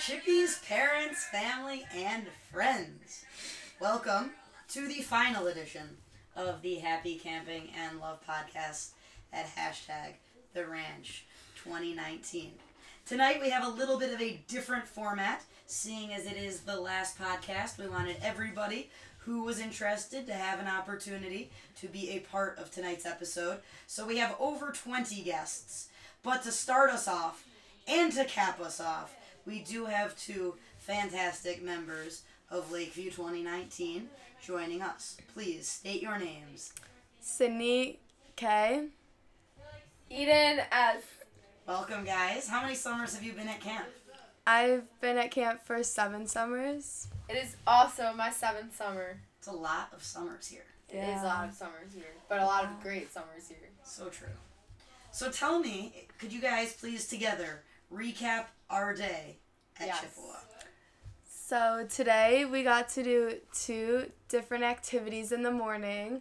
Chippy's parents, family, and friends. Welcome to the final edition of the Happy Camping and Love podcast at hashtag The Ranch 2019. Tonight we have a little bit of a different format, seeing as it is the last podcast. We wanted everybody who was interested to have an opportunity to be a part of tonight's episode. So we have over 20 guests. But to start us off and to cap us off, we do have two fantastic members of Lakeview 2019 joining us. Please state your names. Sydney K. Eden S. Welcome, guys. How many summers have you been at camp? I've been at camp for seven summers. It is also my seventh summer. It's a lot of summers here. It is a lot of summers here, but a lot of great summers here. So true. So tell me, could you guys please together recap our day at Yes. Chippewa? So today we got to do two different activities in the morning,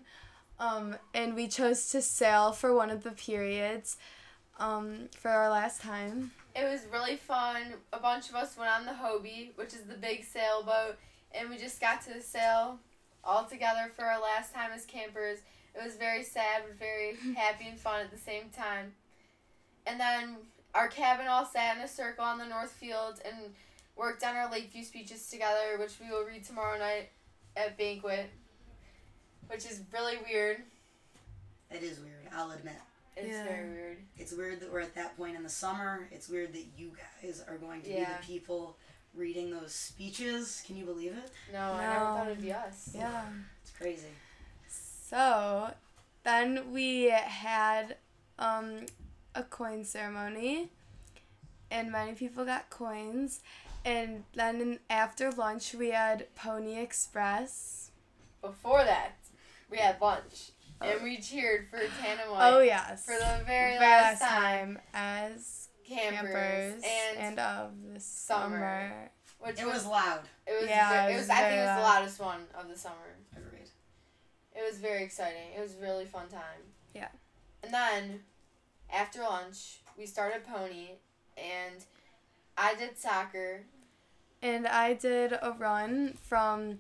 um, and we chose to sail for one of the periods um, for our last time. It was really fun. A bunch of us went on the Hobie, which is the big sailboat, and we just got to sail all together for our last time as campers. It was very sad, but very happy and fun at the same time. And then our cabin all sat in a circle on the north field and worked on our Lakeview speeches together, which we will read tomorrow night at banquet, which is really weird. That is weird, I'll admit. It's Yeah. very weird. It's weird that we're at that point in the summer. It's weird that you guys are going to be Yeah. the people reading those speeches. Can you believe it? No, I No. never thought it'd be us. Yeah. It's crazy. So then we had um, a coin ceremony, and many people got coins. And then after lunch, we had Pony Express. Before that, we had lunch and we cheered for Tana White Oh yes. for the very, last, time, as campers, campers, and, and, of the summer. summer. which It was was loud. it was yeah, ver- it it was was I think very it was the loud. loudest one of the summer. Agreed. It was very exciting. It was a really fun time. Yeah. And then after lunch, we started pony and I did soccer. And I did a run from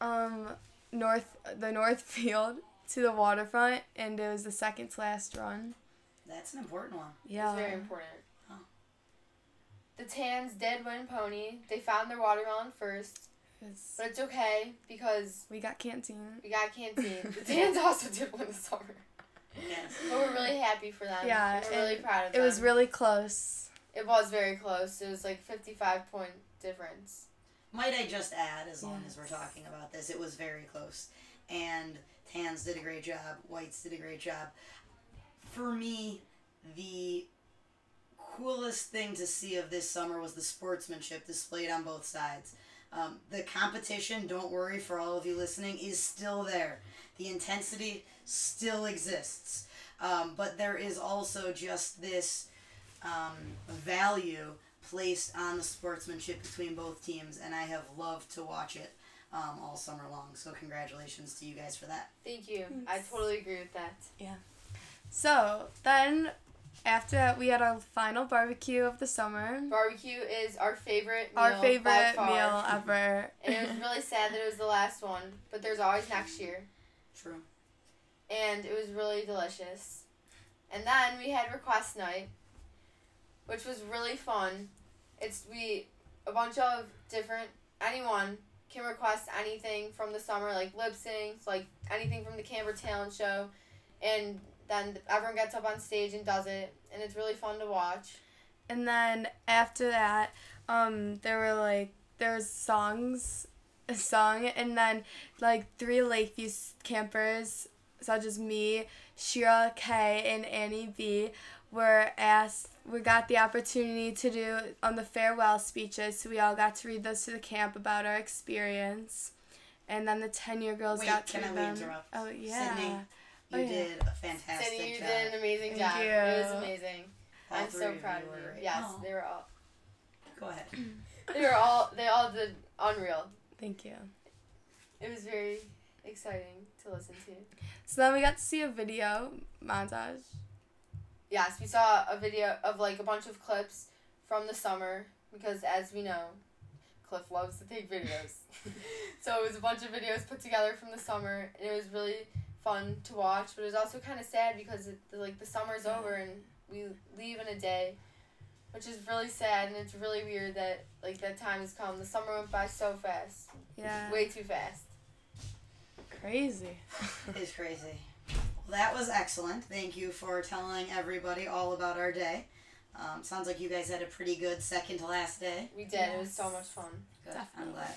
um north the north field to the waterfront and it was the second to last run. That's an important one. Yeah. It's very important. Oh. The Tans did win pony. They found their watermelon first, 'Cause but it's okay because we got canteen. We got canteen. The Tans also did win the summer. Yes. But we're really happy for them. Yeah, We're really and proud of It was them. really close. it was very close. It was like 55 point difference. Might I just add, as long as we're Yes. talking about this, it was very close. And Tans did a great job, Whites did a great job. For me, the coolest thing to see of this summer was the sportsmanship displayed on both sides. Um, the competition, don't worry for all of you listening, is still there. The intensity still exists. Um, but there is also just this um, value placed on the sportsmanship between both teams, and I have loved to watch it um, all summer long. So congratulations to you guys for that. Thank you. I totally agree with that. So then after that we had our final barbecue of the summer. Barbecue is our favorite meal. Our by favorite far. meal ever. And it was really sad that it was the last one, but there's always next year. True. And it was really delicious. And then we had request night, which was really fun. It's we a bunch of different anyone can request anything from the summer, like lip syncs, like anything from the Canberra talent show, and then everyone gets up on stage and does it, and it's really fun to watch. And then after that, um, there were like there was songs, a song, and then like three Lakeview s- campers, such as me, Shira K, and Annie B, were asked. We got the opportunity to do on the farewell speeches, so we all got to read those to the camp about our experience. And then the ten year girls Wait, got to can I read we them. interrupt? Oh yeah. Sydney, You Oh, yeah. did a fantastic Sydney, you job. did an amazing Thank job. you. It was amazing. All I'm three so you proud of were you. great. Yes, Oh, they were all go ahead. they were all they all did unreal. Thank you. It was very exciting to listen to. So then we got to see a video montage. Yes, we saw a video of like a bunch of clips from the summer because as we know, Cliff loves to take videos. so it was a bunch of videos put together from the summer, and it was really fun to watch. But it was also kind of sad because it, the, like the summer's over and we leave in a day, which is really sad and it's really weird that like that time has come. The summer went by so fast, Yeah. way too fast. Crazy. It's crazy. Well, that was excellent. Thank you for telling everybody all about our day. Um, sounds like you guys had a pretty good second to last day. We did. It was so much fun. Good. I'm Definitely. glad.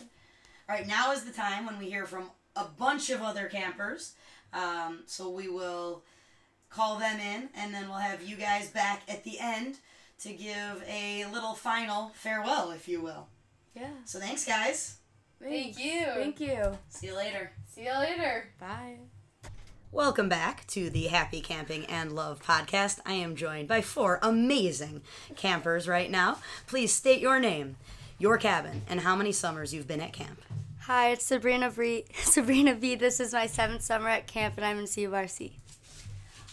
All right, now is the time when we hear from a bunch of other campers. Um, so we will call them in, and then we'll have you guys back at the end to give a little final farewell, if you will. Yeah. So thanks, guys. Thank you. Thank you. See you later. See you later. Bye. Welcome back to the Happy Camping and Love podcast. I am joined by four amazing campers right now. Please state your name, your cabin, and how many summers you've been at camp. Hi, it's Sabrina Bree. Sabrina B. This is my seventh summer at camp, and I'm in CURC.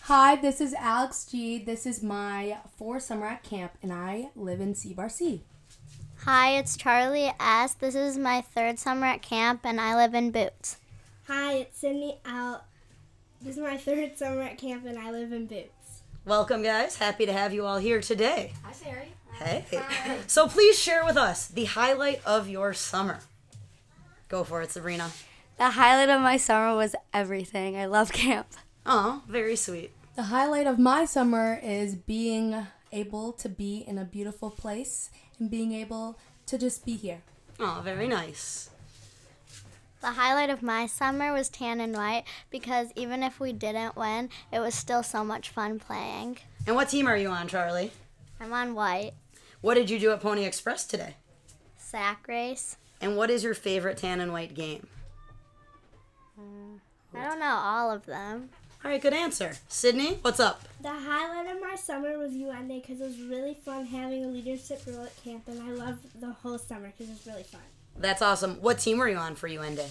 Hi, this is Alex G. This is my four summer at camp, and I live in Seabar C. Hi, it's Charlie S. This is my third summer at camp, and I live in Boots. Hi, it's Sydney out. This is my third summer at camp and I live in Boots. Welcome, guys. Happy to have you all here today. Hi, Sari. Hey. So please share with us the highlight of your summer. Go for it, Sabrina. The highlight of my summer was everything. I love camp. Oh, very sweet. The highlight of my summer is being able to be in a beautiful place and being able to just be here. Oh, very nice. The highlight of my summer was tan and white because even if we didn't win, it was still so much fun playing. And what team are you on, Charlie? I'm on white, What did you do at Pony Express today? sack race. And what is your favorite tan and white game? I don't know all of them. All right, good answer. Sydney, what's up? The highlight of my summer was UN Day because it was really fun having a leadership role at camp, and I loved the whole summer because it was really fun. That's awesome. What team were you on for UN Day?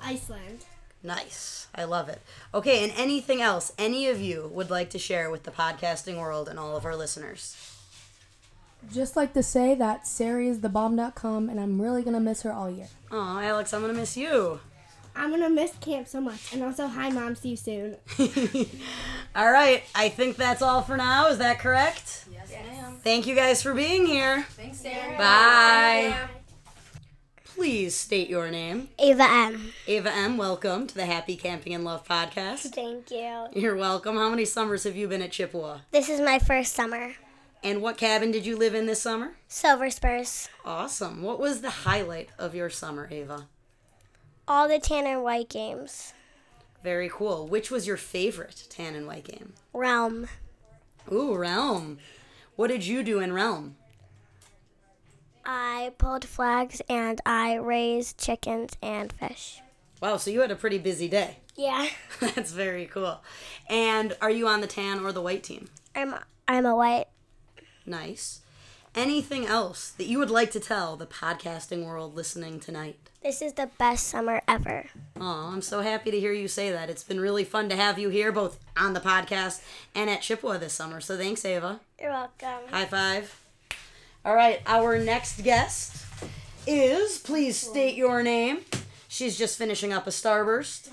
Iceland. Nice. I love it. Okay, and anything else any of you would like to share with the podcasting world and all of our listeners? Just like to say that Sari is the bomb.com, and I'm really gonna miss her all year. Oh, Alex, I'm going to miss you. I'm gonna miss camp so much, and also, hi mom, see you soon. all right, I think that's all for now. Is that correct? Yes, ma'am. Thank you guys for being here. Thanks, Sarah. Bye. Please state your name. Ava M. Ava M., welcome to the Happy Camping and Love podcast. Thank you. You're welcome. How many summers have you been at Chippewa? This is my first summer. And what cabin did you live in this summer? Silver Spurs. Awesome. What was the highlight of your summer, Ava? All the tan and white games. Very cool. Which was your favorite tan and white game? Realm. Ooh, Realm. What did you do in Realm? I pulled flags and I raised chickens and fish. Wow, so you had a pretty busy day. Yeah. That's very cool. And are you on the tan or the white team? I'm I'm a white. Nice. Anything else that you would like to tell the podcasting world listening tonight? This is the best summer ever. Oh, I'm so happy to hear you say that. It's been really fun to have you here both on the podcast and at Chippewa this summer. So thanks, Ava. You're welcome. High five. All right, our next guest is please state your name. She's just finishing up a starburst.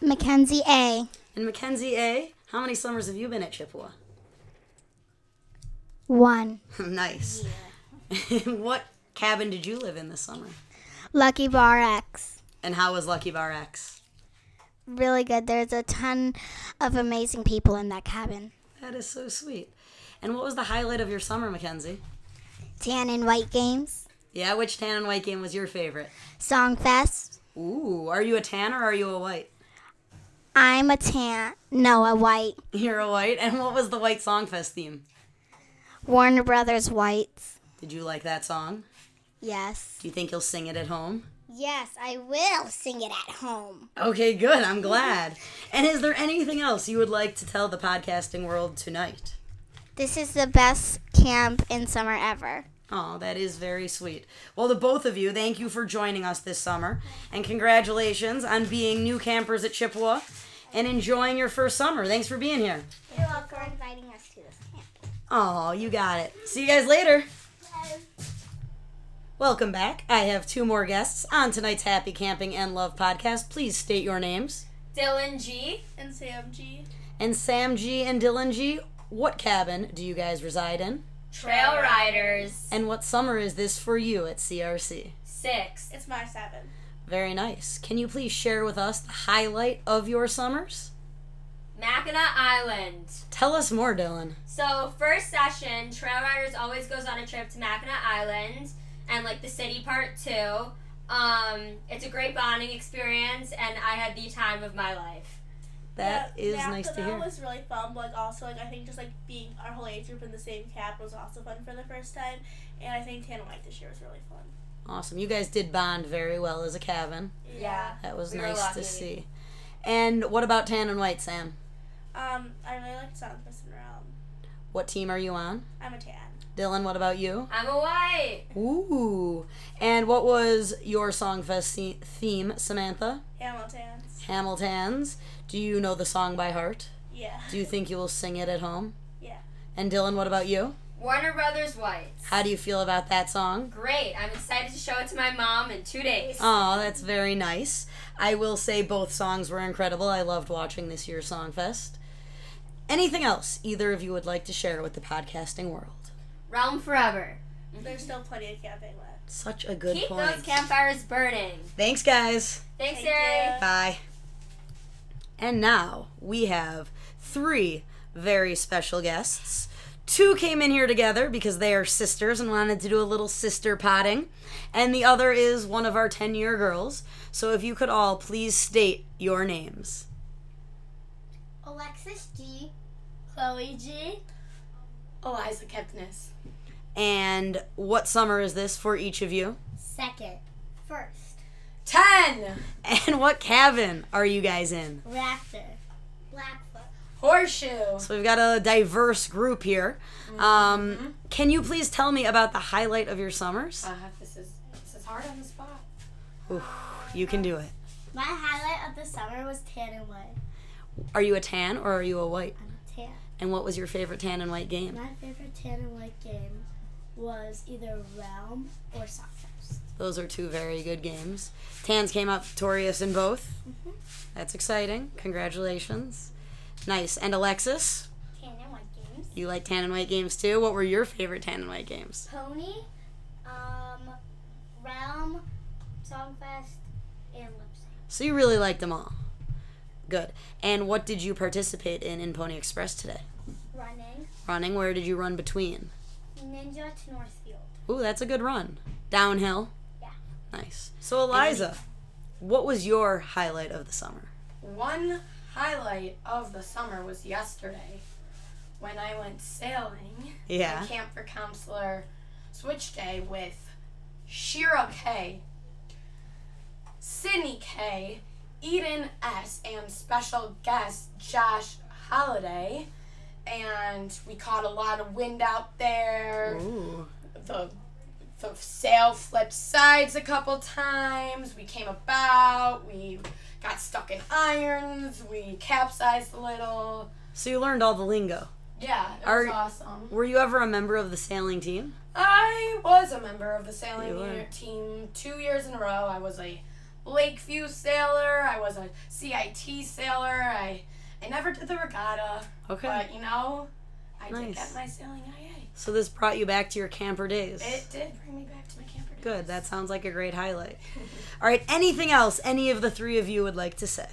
Mackenzie A. And Mackenzie A, how many summers have you been at Chippewa? One. nice. what cabin did you live in this summer? Lucky Bar X. And how was Lucky Bar X? Really good. There's a ton of amazing people in that cabin. That is so sweet. And what was the highlight of your summer, Mackenzie? Tan and white games. Yeah, which tan and white game was your favorite? Songfest. Ooh, are you a tan or are you a white? I'm a tan. No, a white. You're a white. And what was the white songfest theme? Warner Brothers Whites. Did you like that song? Yes. Do you think you'll sing it at home? Yes, I will sing it at home. Okay, good. I'm glad. And is there anything else you would like to tell the podcasting world tonight? This is the best camp in summer ever. Oh, that is very sweet. Well, to both of you, thank you for joining us this summer. And congratulations on being new campers at Chippewa and enjoying your first summer. Thanks for being here. You're welcome for inviting us to this camp. Oh, you got it. See you guys later. Welcome back. I have two more guests on tonight's Happy Camping and Love podcast. Please state your names. Dylan G. And Sam G. And Sam G and Dylan G, what cabin do you guys reside in? Trail Riders. And what summer is this for you at CRC? Six. It's my seven. Very nice. Can you please share with us the highlight of your summers? Mackinac Island. Tell us more, Dylan. So first session, Trail Riders always goes on a trip to Mackinac Island and like the city part too. Um, it's a great bonding experience, and I had the time of my life. That is nice to hear. was really fun, but like also like I think just like being our whole age group in the same cab was also fun for the first time, and I think Tan White this year was really fun. Awesome. You guys did bond very well as a cabin. Yeah. That was We were nice to lucky. see. And what about Tan and White, Sam? Um, I really liked Sound Fist and Realm. What team are you on? I'm a Tan. Dylan, what about you? I'm a white. Ooh. And what was your Songfest the- theme, Samantha? Hamiltons. Hamiltons. Do you know the song by heart? Yeah. Do you think you will sing it at home? Yeah. And Dylan, what about you? Warner Brothers Whites. How do you feel about that song? Great. I'm excited to show it to my mom in two days. Oh, that's very nice. I will say both songs were incredible. I loved watching this year's Songfest. Anything else either of you would like to share with the podcasting world? Realm Forever. There's still plenty of camping left. Such a good Keep point. those campfires burning. Thanks, guys. Thanks, Thank Eric. you. Bye. And now we have three very special guests. Two came in here together because they are sisters and wanted to do a little sister potting. And the other is one of our 10 year girls. So if you could all please state your names. Alexis G. Chloe G. Eliza Kepnes. And what summer is this for each of you? Second. First. Ten. And what cabin are you guys in? Raptor. Blackfoot. Horseshoe. So we've got a diverse group here. Um, can you please tell me about the highlight of your summers? Uh, this is this is hard on the spot. You can do it. My highlight of the summer was tan and white. Are you a tan or are you a white? I'm a tan. And what was your favorite tan and white game? My favorite tan and white game was either Realm or Softhouse. Those are two very good games. Tans came out victorious in both. Mm-hmm. That's exciting. Congratulations. Nice. And Alexis, Tan and white games. you like tan and white games too. What were your favorite tan and white games? Pony, um, Realm, Songfest, and Lip Sync. So you really liked them all. Good. And what did you participate in in Pony Express today? Running, Running. Where did you run between? Ninja to Northfield. Ooh, that's a good run. Downhill. Yeah. Nice. So Eliza, what was your highlight of the summer? One highlight of the summer was yesterday when I went sailing Yeah. at Camp for Counselor Switch Day with Shira K, Sydney K, Eden S, and special guest Josh Holiday. And we caught a lot of wind out there. Ooh. The the sail flipped sides a couple times. We came about. We got stuck in irons. We capsized a little. So you learned all the lingo. Yeah, it Are- was awesome. Were you ever a member of the sailing team? I was a member of the sailing You were. year- team two years in a row. I was a Lakeview sailor. I was a CIT sailor. I I never did the regatta, Okay. but you know, I did Nice. get my sailing IA. So this brought you back to your camper days. It did bring me back to my camper. days. Good. That sounds like a great highlight. all right. Anything else any of the three of you would like to say?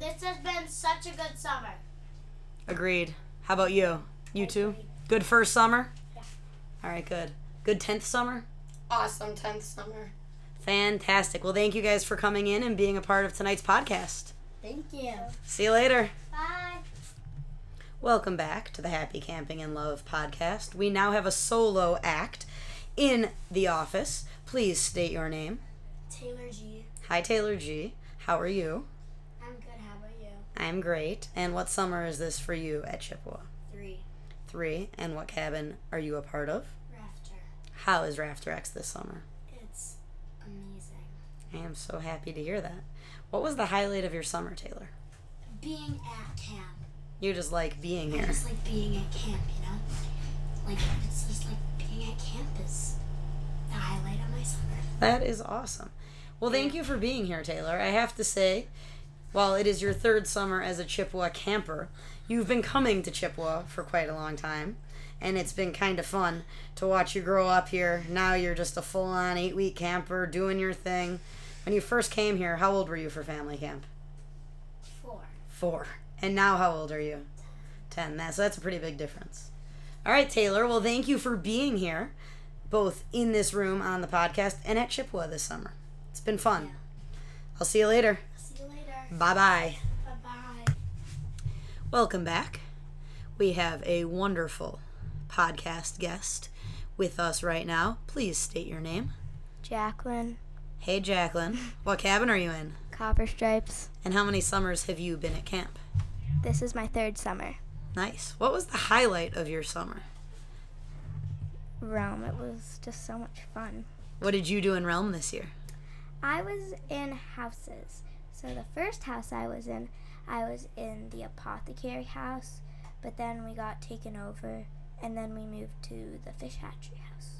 This has been such a good summer. Agreed. How about you? You too? Good first summer? All right, good. Good 10th summer? Awesome tenth summer. Fantastic. Well, thank you guys for coming in and being a part of tonight's podcast. Thank you. See you later. Bye. Welcome back to the Happy Camping and Love podcast. We now have a solo act in the office. Please state your name. Taylor G. Hi, Taylor G. How are you? I'm good. How about you? I'm great. And what summer is this for you at Chippewa? Three. Three. And what cabin are you a part of? Rafter. How is Rafter X this summer? It's amazing. I am so happy to hear that. What was the highlight of your summer, Taylor? Being at camp. You just like being I here. just like being at camp, you know? Like, it's just like being at camp is the highlight of my summer. That is awesome. Well, thank you for being here, Taylor. I have to say, while it is your third summer as a Chippewa camper, you've been coming to Chippewa for quite a long time, and it's been kind of fun to watch you grow up here. Now you're just a full on eight week camper doing your thing. When you first came here, how old were you for family camp? Four. Four. And now how old are you? Ten. That, so that's a pretty big difference. All right, Taylor. Well, thank you for being here, both in this room on the podcast and at Chippewa this summer. It's been fun. I'll see you later. See you later. Bye bye. Bye bye. Welcome back. We have a wonderful podcast guest with us right now. Please state your name. Jacqueline, Hey, Jacqueline. What cabin are you in? Copper Stripes. And how many summers have you been at camp? This is my third summer. Nice. What was the highlight of your summer? Realm. It was just so much fun. What did you do in Realm this year? I was in houses. So the first house I was in, I was in the apothecary house, but then we got taken over, and then we moved to the fish hatchery house.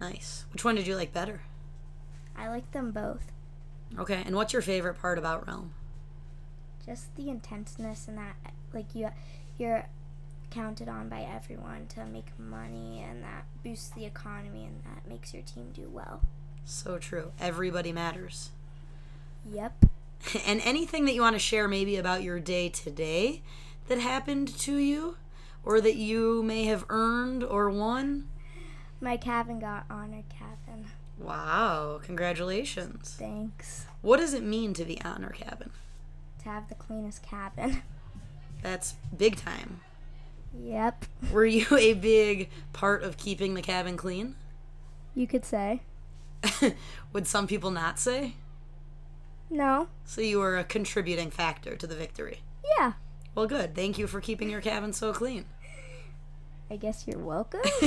Nice. Which one did you like better? I like them both. Okay. And what's your favorite part about Realm? Just the intenseness and that, like you, you're counted on by everyone to make money, and that boosts the economy, and that makes your team do well. So true. Everybody matters. Yep. and anything that you want to share maybe about your day today that happened to you or that you may have earned or won My cabin got honored cabin. wow congratulations Thanks. what does it mean to be honor cabin To have the cleanest cabin. that's big time Yep. were you a big part of keeping the cabin clean You could say. would some people not say No. so you were a contributing factor to the victory Yeah. well good thank you for keeping your cabin so clean I guess you're welcome.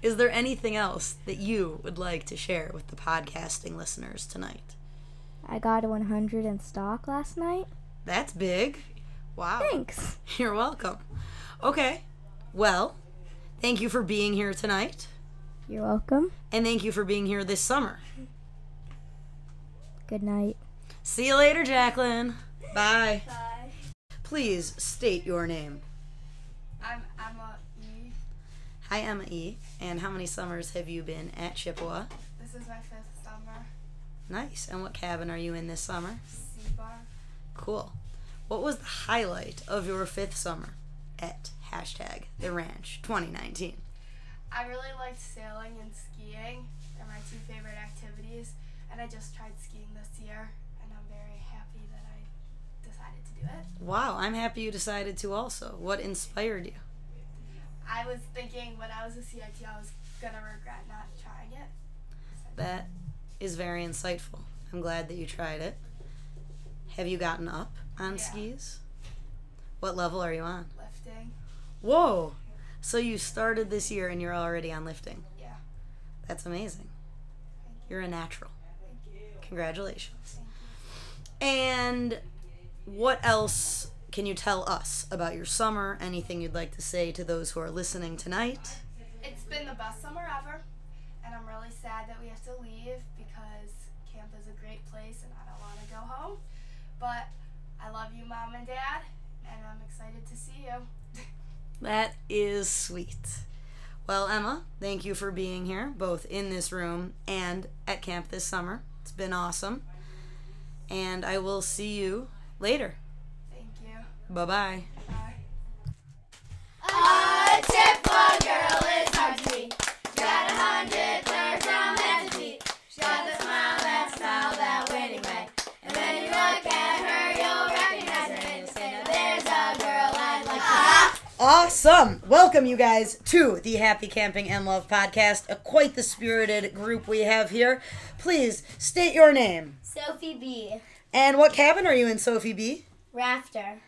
Is there anything else that you would like to share with the podcasting listeners tonight? I got a 100 in stock last night. That's big. Wow. Thanks. You're welcome. Okay. Well, thank you for being here tonight, You're welcome. and thank you for being here this summer. Good night. See you later, Jacqueline. Bye. Bye. Please state your name. I'm Emma E. Hi, Emma E. And how many summers have you been at Chippewa? This is my fifth summer. Nice. And what cabin are you in this summer? Sea bar. Cool. What was the highlight of your fifth summer at hashtag the ranch 2019? I really liked sailing and skiing. They're my two favorite activities, and I just tried skiing this year, and I'm very happy that I decided to do it. Wow, I'm happy you decided to also. What inspired you? I was thinking when I was a CIT, I was gonna regret not trying it. That is very insightful. I'm glad that you tried it. Have you gotten up on Yeah. skis? What level are you on? Lifting. Whoa! So you started this year and you're already on lifting. Yeah. That's amazing. You're a natural. Congratulations. And what else can you tell us about your summer? Anything you'd like to say to those who are listening tonight? It's been the best summer ever, and I'm really sad that we have to leave because camp is a great place and I don't want to go home. But I love you, Mom and Dad, and I'm excited to see you. That is sweet. Well, Emma, thank you for being here, both in this room and at camp this summer. It's been awesome. And I will see you later. Thank you. Bye bye. A Chippewa girl is hard to beat. She's got a hundred nerves down at the feet. She's got the smile that smile that winning way. And when you look at her, you'll recognize her and you'll say, "Now there's a girl I'd like to meet." Awesome. Welcome, you guys, to the Happy Camping and Love podcast. A quite the spirited group we have here. Please state your name. Sophie B. And what cabin are you in, Sophie B? Rafter.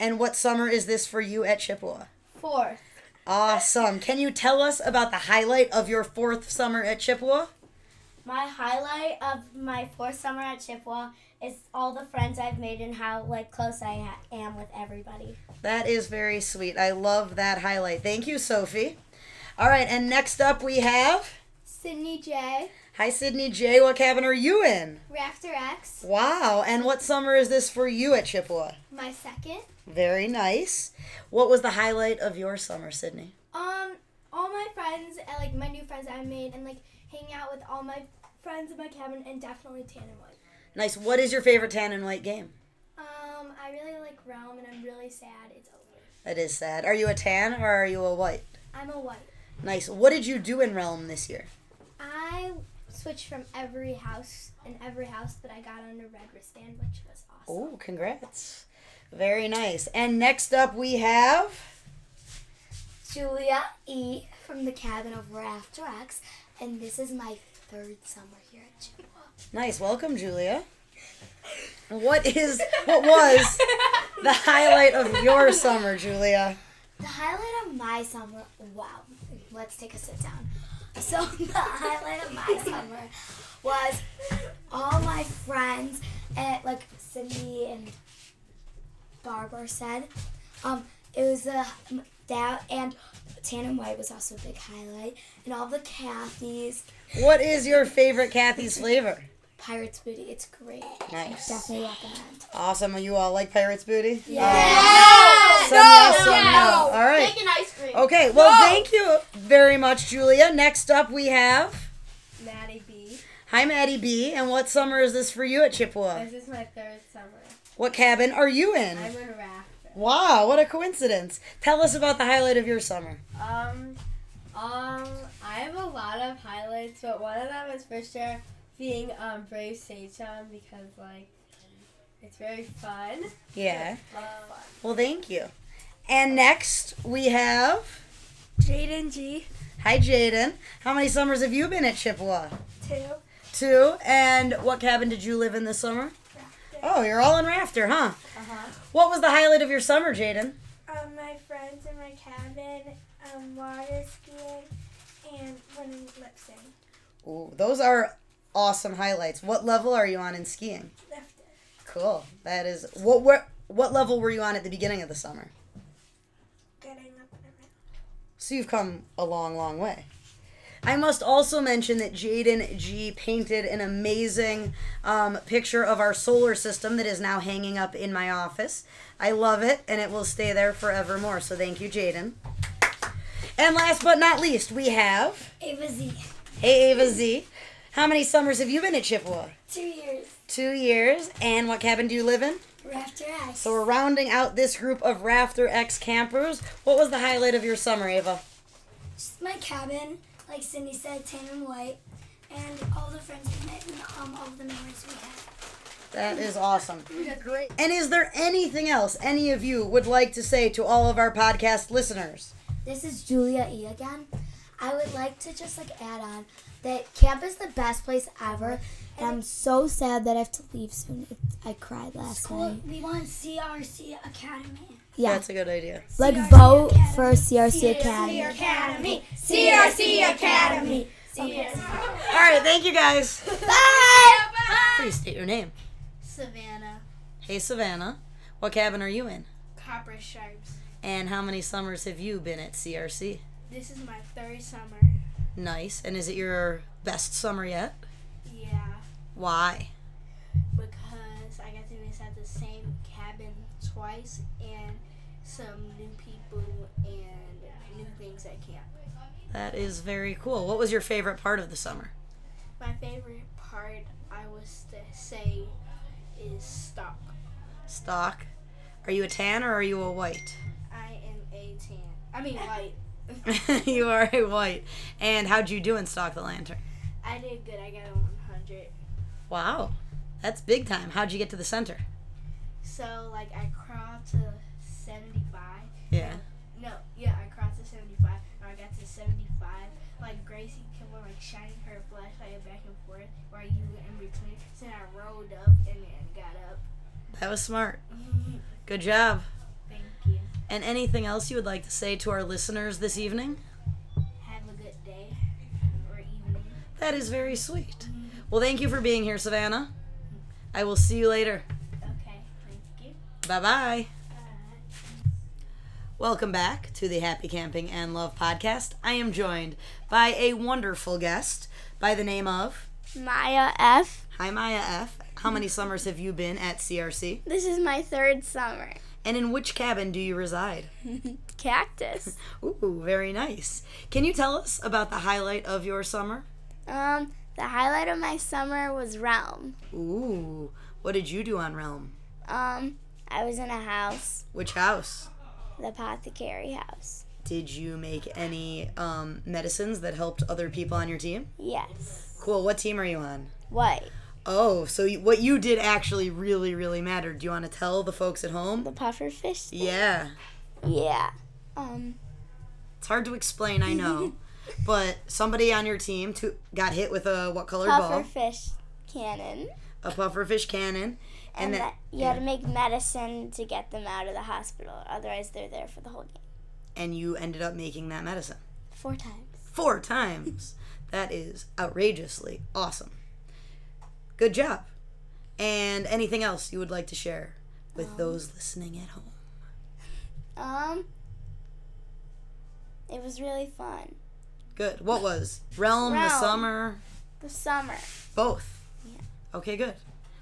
And what summer is this for you at Chippewa? Fourth. Awesome. Can you tell us about the highlight of your fourth summer at Chippewa? My highlight of my fourth summer at Chippewa is all the friends I've made and how like close I ha- am with everybody. That is very sweet. I love that highlight. Thank you, Sophie. All right, and next up we have Sydney J. Hi, Sydney J. What cabin are you in? Rafter X. Wow. And what summer is this for you at Chippewa? My second. Very nice. What was the highlight of your summer, Sydney? Um, all my friends, and like my new friends I made, and like hanging out with all my friends in my cabin, and definitely tan and white. Nice. What is your favorite tan and white game? Um, I really like Rome, and I'm really sad it's over. That is sad. Are you a tan or are you a white? I'm a white. Nice. What did you do in Realm this year? I switched from every house and every house, but I got on a red wristband, which was awesome. Oh, congrats. Very nice. And next up we have. Julia E. from the cabin of Rafter X, and this is my third summer here at Chippewa. Nice. Welcome, Julia. What is. What was the highlight of your summer, Julia? The highlight of my summer, wow, let's take a sit down. So, the highlight of my summer was all my friends, and like Cindy and Barbara said, um, it was a, that, and Tan and White was also a big highlight, and all the Kathy's, What is your favorite Kathy's flavor? Pirates Booty, it's great. Nice. Definitely recommend. Awesome. You all like Pirates Booty? Yeah. No. Oh. Some No. yes, some no. No. All right. Bacon ice cream. Okay. Well, No. thank you very much, Julia. Next up, we have Maddie B. Hi, Maddie B. And what summer is this for you at Chippewa? This is my third summer. What cabin are you in? I'm in Raft. Wow, what a coincidence. Tell us about the highlight of your summer. Um, um, I have a lot of highlights, but one of them is for sure being um Brave Seitan because like it's very fun. Yeah. Um, Well, thank you. And next, we have Jaden G. Hi, Jaden. How many summers have you been at Chippewa? Two. Two. And what cabin did you live in this summer? Oh, you're all in Rafter, huh? Uh-huh. What was the highlight of your summer, Jaden? Um, my friends in my cabin, um, water skiing, and running lip sync. Ooh, those are awesome highlights. What level are you on in skiing? Left Cool. That is what were what level were you on at the beginning of the summer? getting up in a So you've come a long, long way. I must also mention that Jaden G painted an amazing um, picture of our solar system that is now hanging up in my office. I love it, and it will stay there forevermore. So thank you, Jaden. And last but not least, we have Ava Z. Hey Ava Z. How many summers have you been at Chippewa? Two years. Two years. And what cabin do you live in? Rafter X. So we're rounding out this group of Rafter X campers. What was the highlight of your summer, Ava? Just my cabin, like Cindy said, tan and white, and all the friends we met and um, all the memories we had. That is awesome. Great. And is there anything else any of you would like to say to all of our podcast listeners? This is Julia E again. I would like to just like add on that camp is the best place ever, and I'm so sad that I have to leave soon. It, I cried last night. We want CRC Academy. Yeah. That's a good idea. Like vote for CRC Academy. Academy. CRC Academy. All right, thank you guys. Bye. Please state your name. Savannah. Hey, Savannah. What cabin are you in? Copper Sharps. And how many summers have you been at CRC? This is my third summer. Nice. And is it your best summer yet? Yeah. Why? Because I got to miss at the same cabin twice and some new people and new things at camp. That is very cool. What was your favorite part of the summer? My favorite part, I was to say, is stock. Stock. Are you a tan or are you a white? I am a tan. I mean white. you are a white. And how'd you do in Stock the Lantern? I did good. I got a 100. Wow. That's big time. How'd you get to the center? So like I crawled to 75. Yeah. No, yeah, I crossed to 75, and I got to 75. Like, Gracie kept on, like, shining her flashlight back and forth, while you were in between. So then I rolled up and then got up. That was smart. Good job. Thank you. And anything else you would like to say to our listeners this evening? Have a good day or evening. That is very sweet. Well, thank you for being here, Savannah. I will see you later. Okay, thank you. Bye bye. Welcome back to the Happy Camping and Love podcast. I am joined by a wonderful guest by the name of Maya F. Hi, Maya F. How many summers have you been at CRC? This is my third summer. And in which cabin do you reside? Cactus. Ooh, very nice. Can you tell us about the highlight of your summer? Um, the highlight of my summer was Realm. Ooh, what did you do on Realm? Um, I was in a house, Which house? the apothecary house. Did you make any um, medicines that helped other people on your team? Yes. Cool. What team are you on? White. Oh, so you, what you did actually really, really mattered. Do you want to tell the folks at home? The puffer fish. Yeah. Yeah. Um, It's hard to explain, I know. but somebody on your team to, got hit with a what colored ball? pufferfish cannon. A pufferfish cannon. And, And, then that you had to make medicine to get them out of the hospital. Otherwise, they're there for the whole game. and you ended up making that medicine. Four times. Four times. that is outrageously awesome. Good job. And anything else you would like to share with those listening at home? Um, it was really fun. Good. What was Realm, the Realm. summer, The summer. both? Yeah. Okay, good.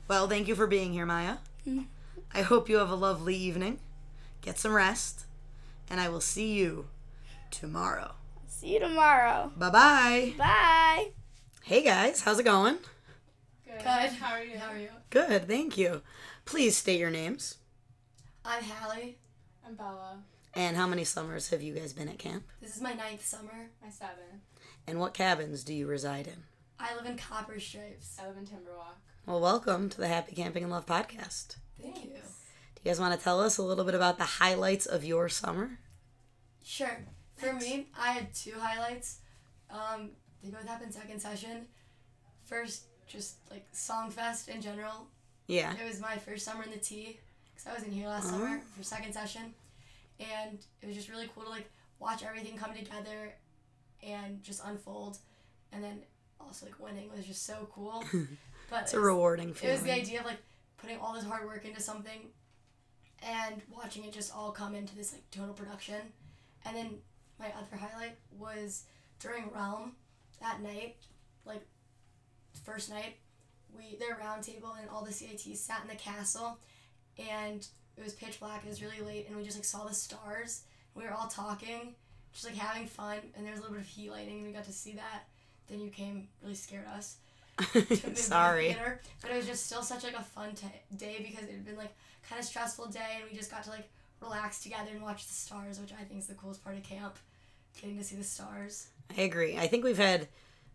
Well, thank you for being here, Maya. Mm. I hope you have a lovely evening. Get some rest, and I will see you tomorrow. See you tomorrow. Bye bye. Bye. Hey guys, how's it going? Good. How are you? How are you? Good, thank you. Please state your names. I'm Hallie. I'm Bella. And how many summers have you guys been at camp? This is my ninth summer. My seventh. And what cabins do you reside in? I live in Copper Stripes. I live in Timberwalk. Well, welcome to the Happy Camping and Love podcast. Thank you. Do you guys want to tell us a little bit about the highlights of your summer? Sure. For me, I had two highlights. Um, they both happened second session. First, just like Songfest in general. Yeah. It was my first summer in the T because I wasn't here last summer Oh. for second session, and it was just really cool to like watch everything come together and just unfold, and then also like winning was just so cool. But It's it a was- rewarding It was the feeling. idea of like putting all this hard work into something, and watching it just all come into this like total production. And then my other highlight was during Realm that night, like first night, we their round table and all the CITs sat in the castle and it was pitch black, it was really late and we just like saw the stars. We were all talking, just like having fun and there was a little bit of heat lighting and we got to see that. Then you came, really scared us. Took me to the Sorry. theater, but it was just still such like a fun t- day because it had been like kind of stressful day and we just got to like relax together and watch the stars, which I think is the coolest part of camp, getting to see the stars. I agree. I think we've had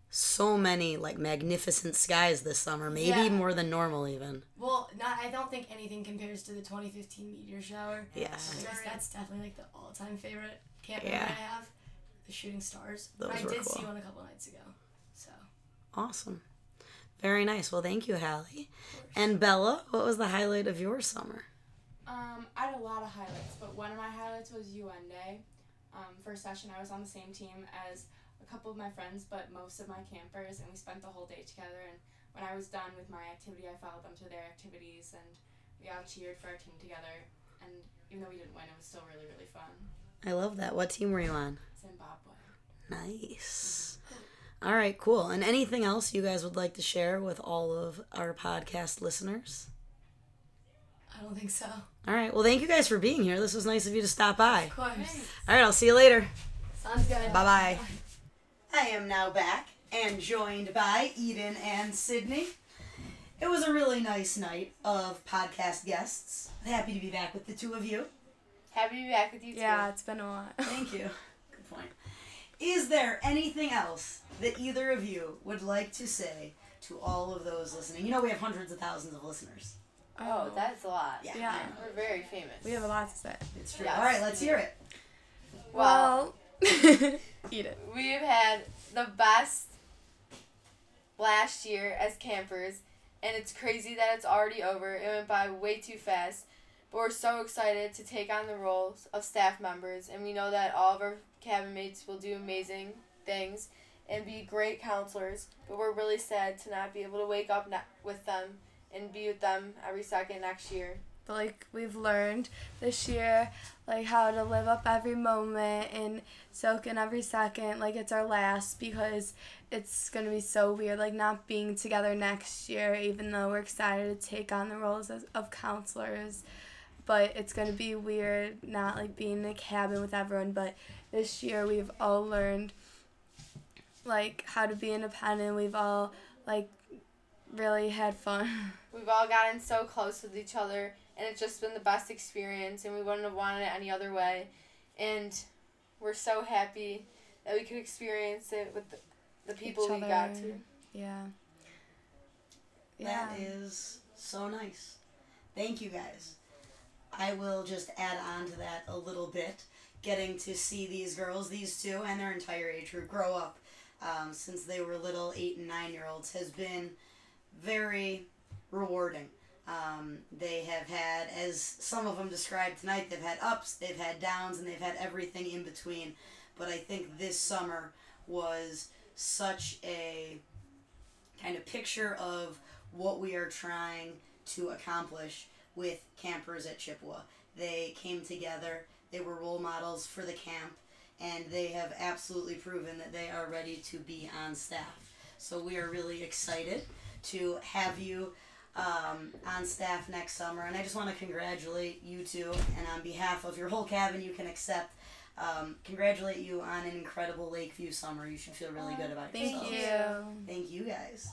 so many like magnificent skies this summer, maybe Yeah. more than normal even. Well, not I don't think anything compares to the 2015 meteor shower. Yes. Because that's definitely like the all-time favorite camp Yeah. memory I have. The shooting stars. but Those I were did see cool. one a couple nights ago. So Awesome. Very nice. Well, thank you, Hallie. And Bella, what was the highlight of your summer? Um, I had a lot of highlights, but one of my highlights was UN Day. Um, first session, I was on the same team as a couple of my friends, but most of my campers, and we spent the whole day together. And when I was done with my activity, I followed them to their activities, and we all cheered for our team together. And even though we didn't win, it was still really, really fun. I love that. What team were you on? Zimbabwe. Nice. All right, cool. And anything else you guys would like to share with all of our podcast listeners? I don't think so. All right. Well, thank you guys for being here. This was nice of you to stop by. Of course. All right, I'll see you later. Sounds good. Bye bye. I am now back and joined by Eden and Sydney. It was a really nice night of podcast guests. Happy to be back with the two of you. Happy to be back with you. Yeah, too. it's been a while. Thank you. Good point. Is there anything else that either of you would like to say to all of those listening? You know, we have hundreds of thousands of listeners. Oh, that's a lot. Yeah. Yeah. We're very famous. We have a lot to say. It's true. All right, let's hear it. Well, eat it. We've had the best last year as campers, and it's crazy that it's already over. It went by way too fast, but we're so excited to take on the roles of staff members, and we know that all of our cabin mates will do amazing things and be great counselors. But we're really sad to not be able to wake up na- with them and be with them every second next year. but like we've learned this year, like how to live up every moment and soak in every second. Like it's our last because it's gonna be so weird. Like not being together next year, even though we're excited to take on the roles as, of counselors. But it's gonna be weird not like being in a cabin with everyone. But this year we've all learned like how to be independent. We've all like really had fun. We've all gotten so close with each other, and it's just been the best experience, and we wouldn't have wanted it any other way. And we're so happy that we could experience it with the, the people Each we got other. to. Yeah. That is so nice. Thank you guys. I will just add on to that a little bit. Getting to see these girls, these two, and their entire age group grow up um, since they were little eight and nine year olds has been very rewarding. Um, they have had, as some of them described tonight, they've had ups, they've had downs, and they've had everything in between. But I think this summer was such a kind of picture of what we are trying to accomplish with campers at Chippewa. They came together, they were role models for the camp, and they have absolutely proven that they are ready to be on staff. So we are really excited to have you um, on staff next summer, and I just want to congratulate you two, and on behalf of your whole cabin, you can accept. Um, congratulate you on an incredible Lakeview summer. You should feel really good about Thank yourselves. you. Thank you guys.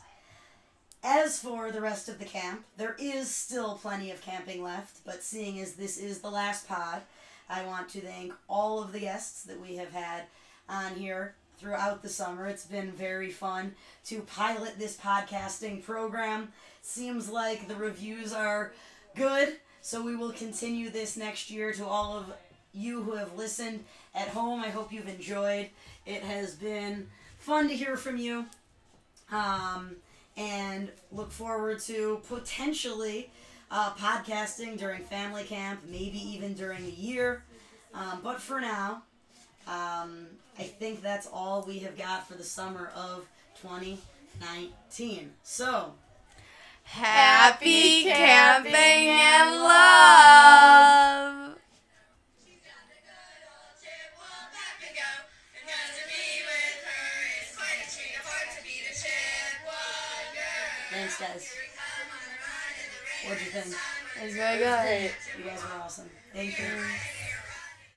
As for the rest of the camp, there is still plenty of camping left, but seeing as this is the last pod, I want to thank all of the guests that we have had on here throughout the summer. It's been very fun to pilot this podcasting program. Seems like the reviews are good, so we will continue this next year to all of you who have listened at home. I hope you've enjoyed. It has been fun to hear from you um, and look forward to potentially uh, podcasting during family camp, maybe even during the year. Um, but for now, um, I think that's all we have got for the summer of 2019. So, Happy camping and love. Thanks, guys. What'd you think? It was very It was good. great. You guys were awesome. Thank you.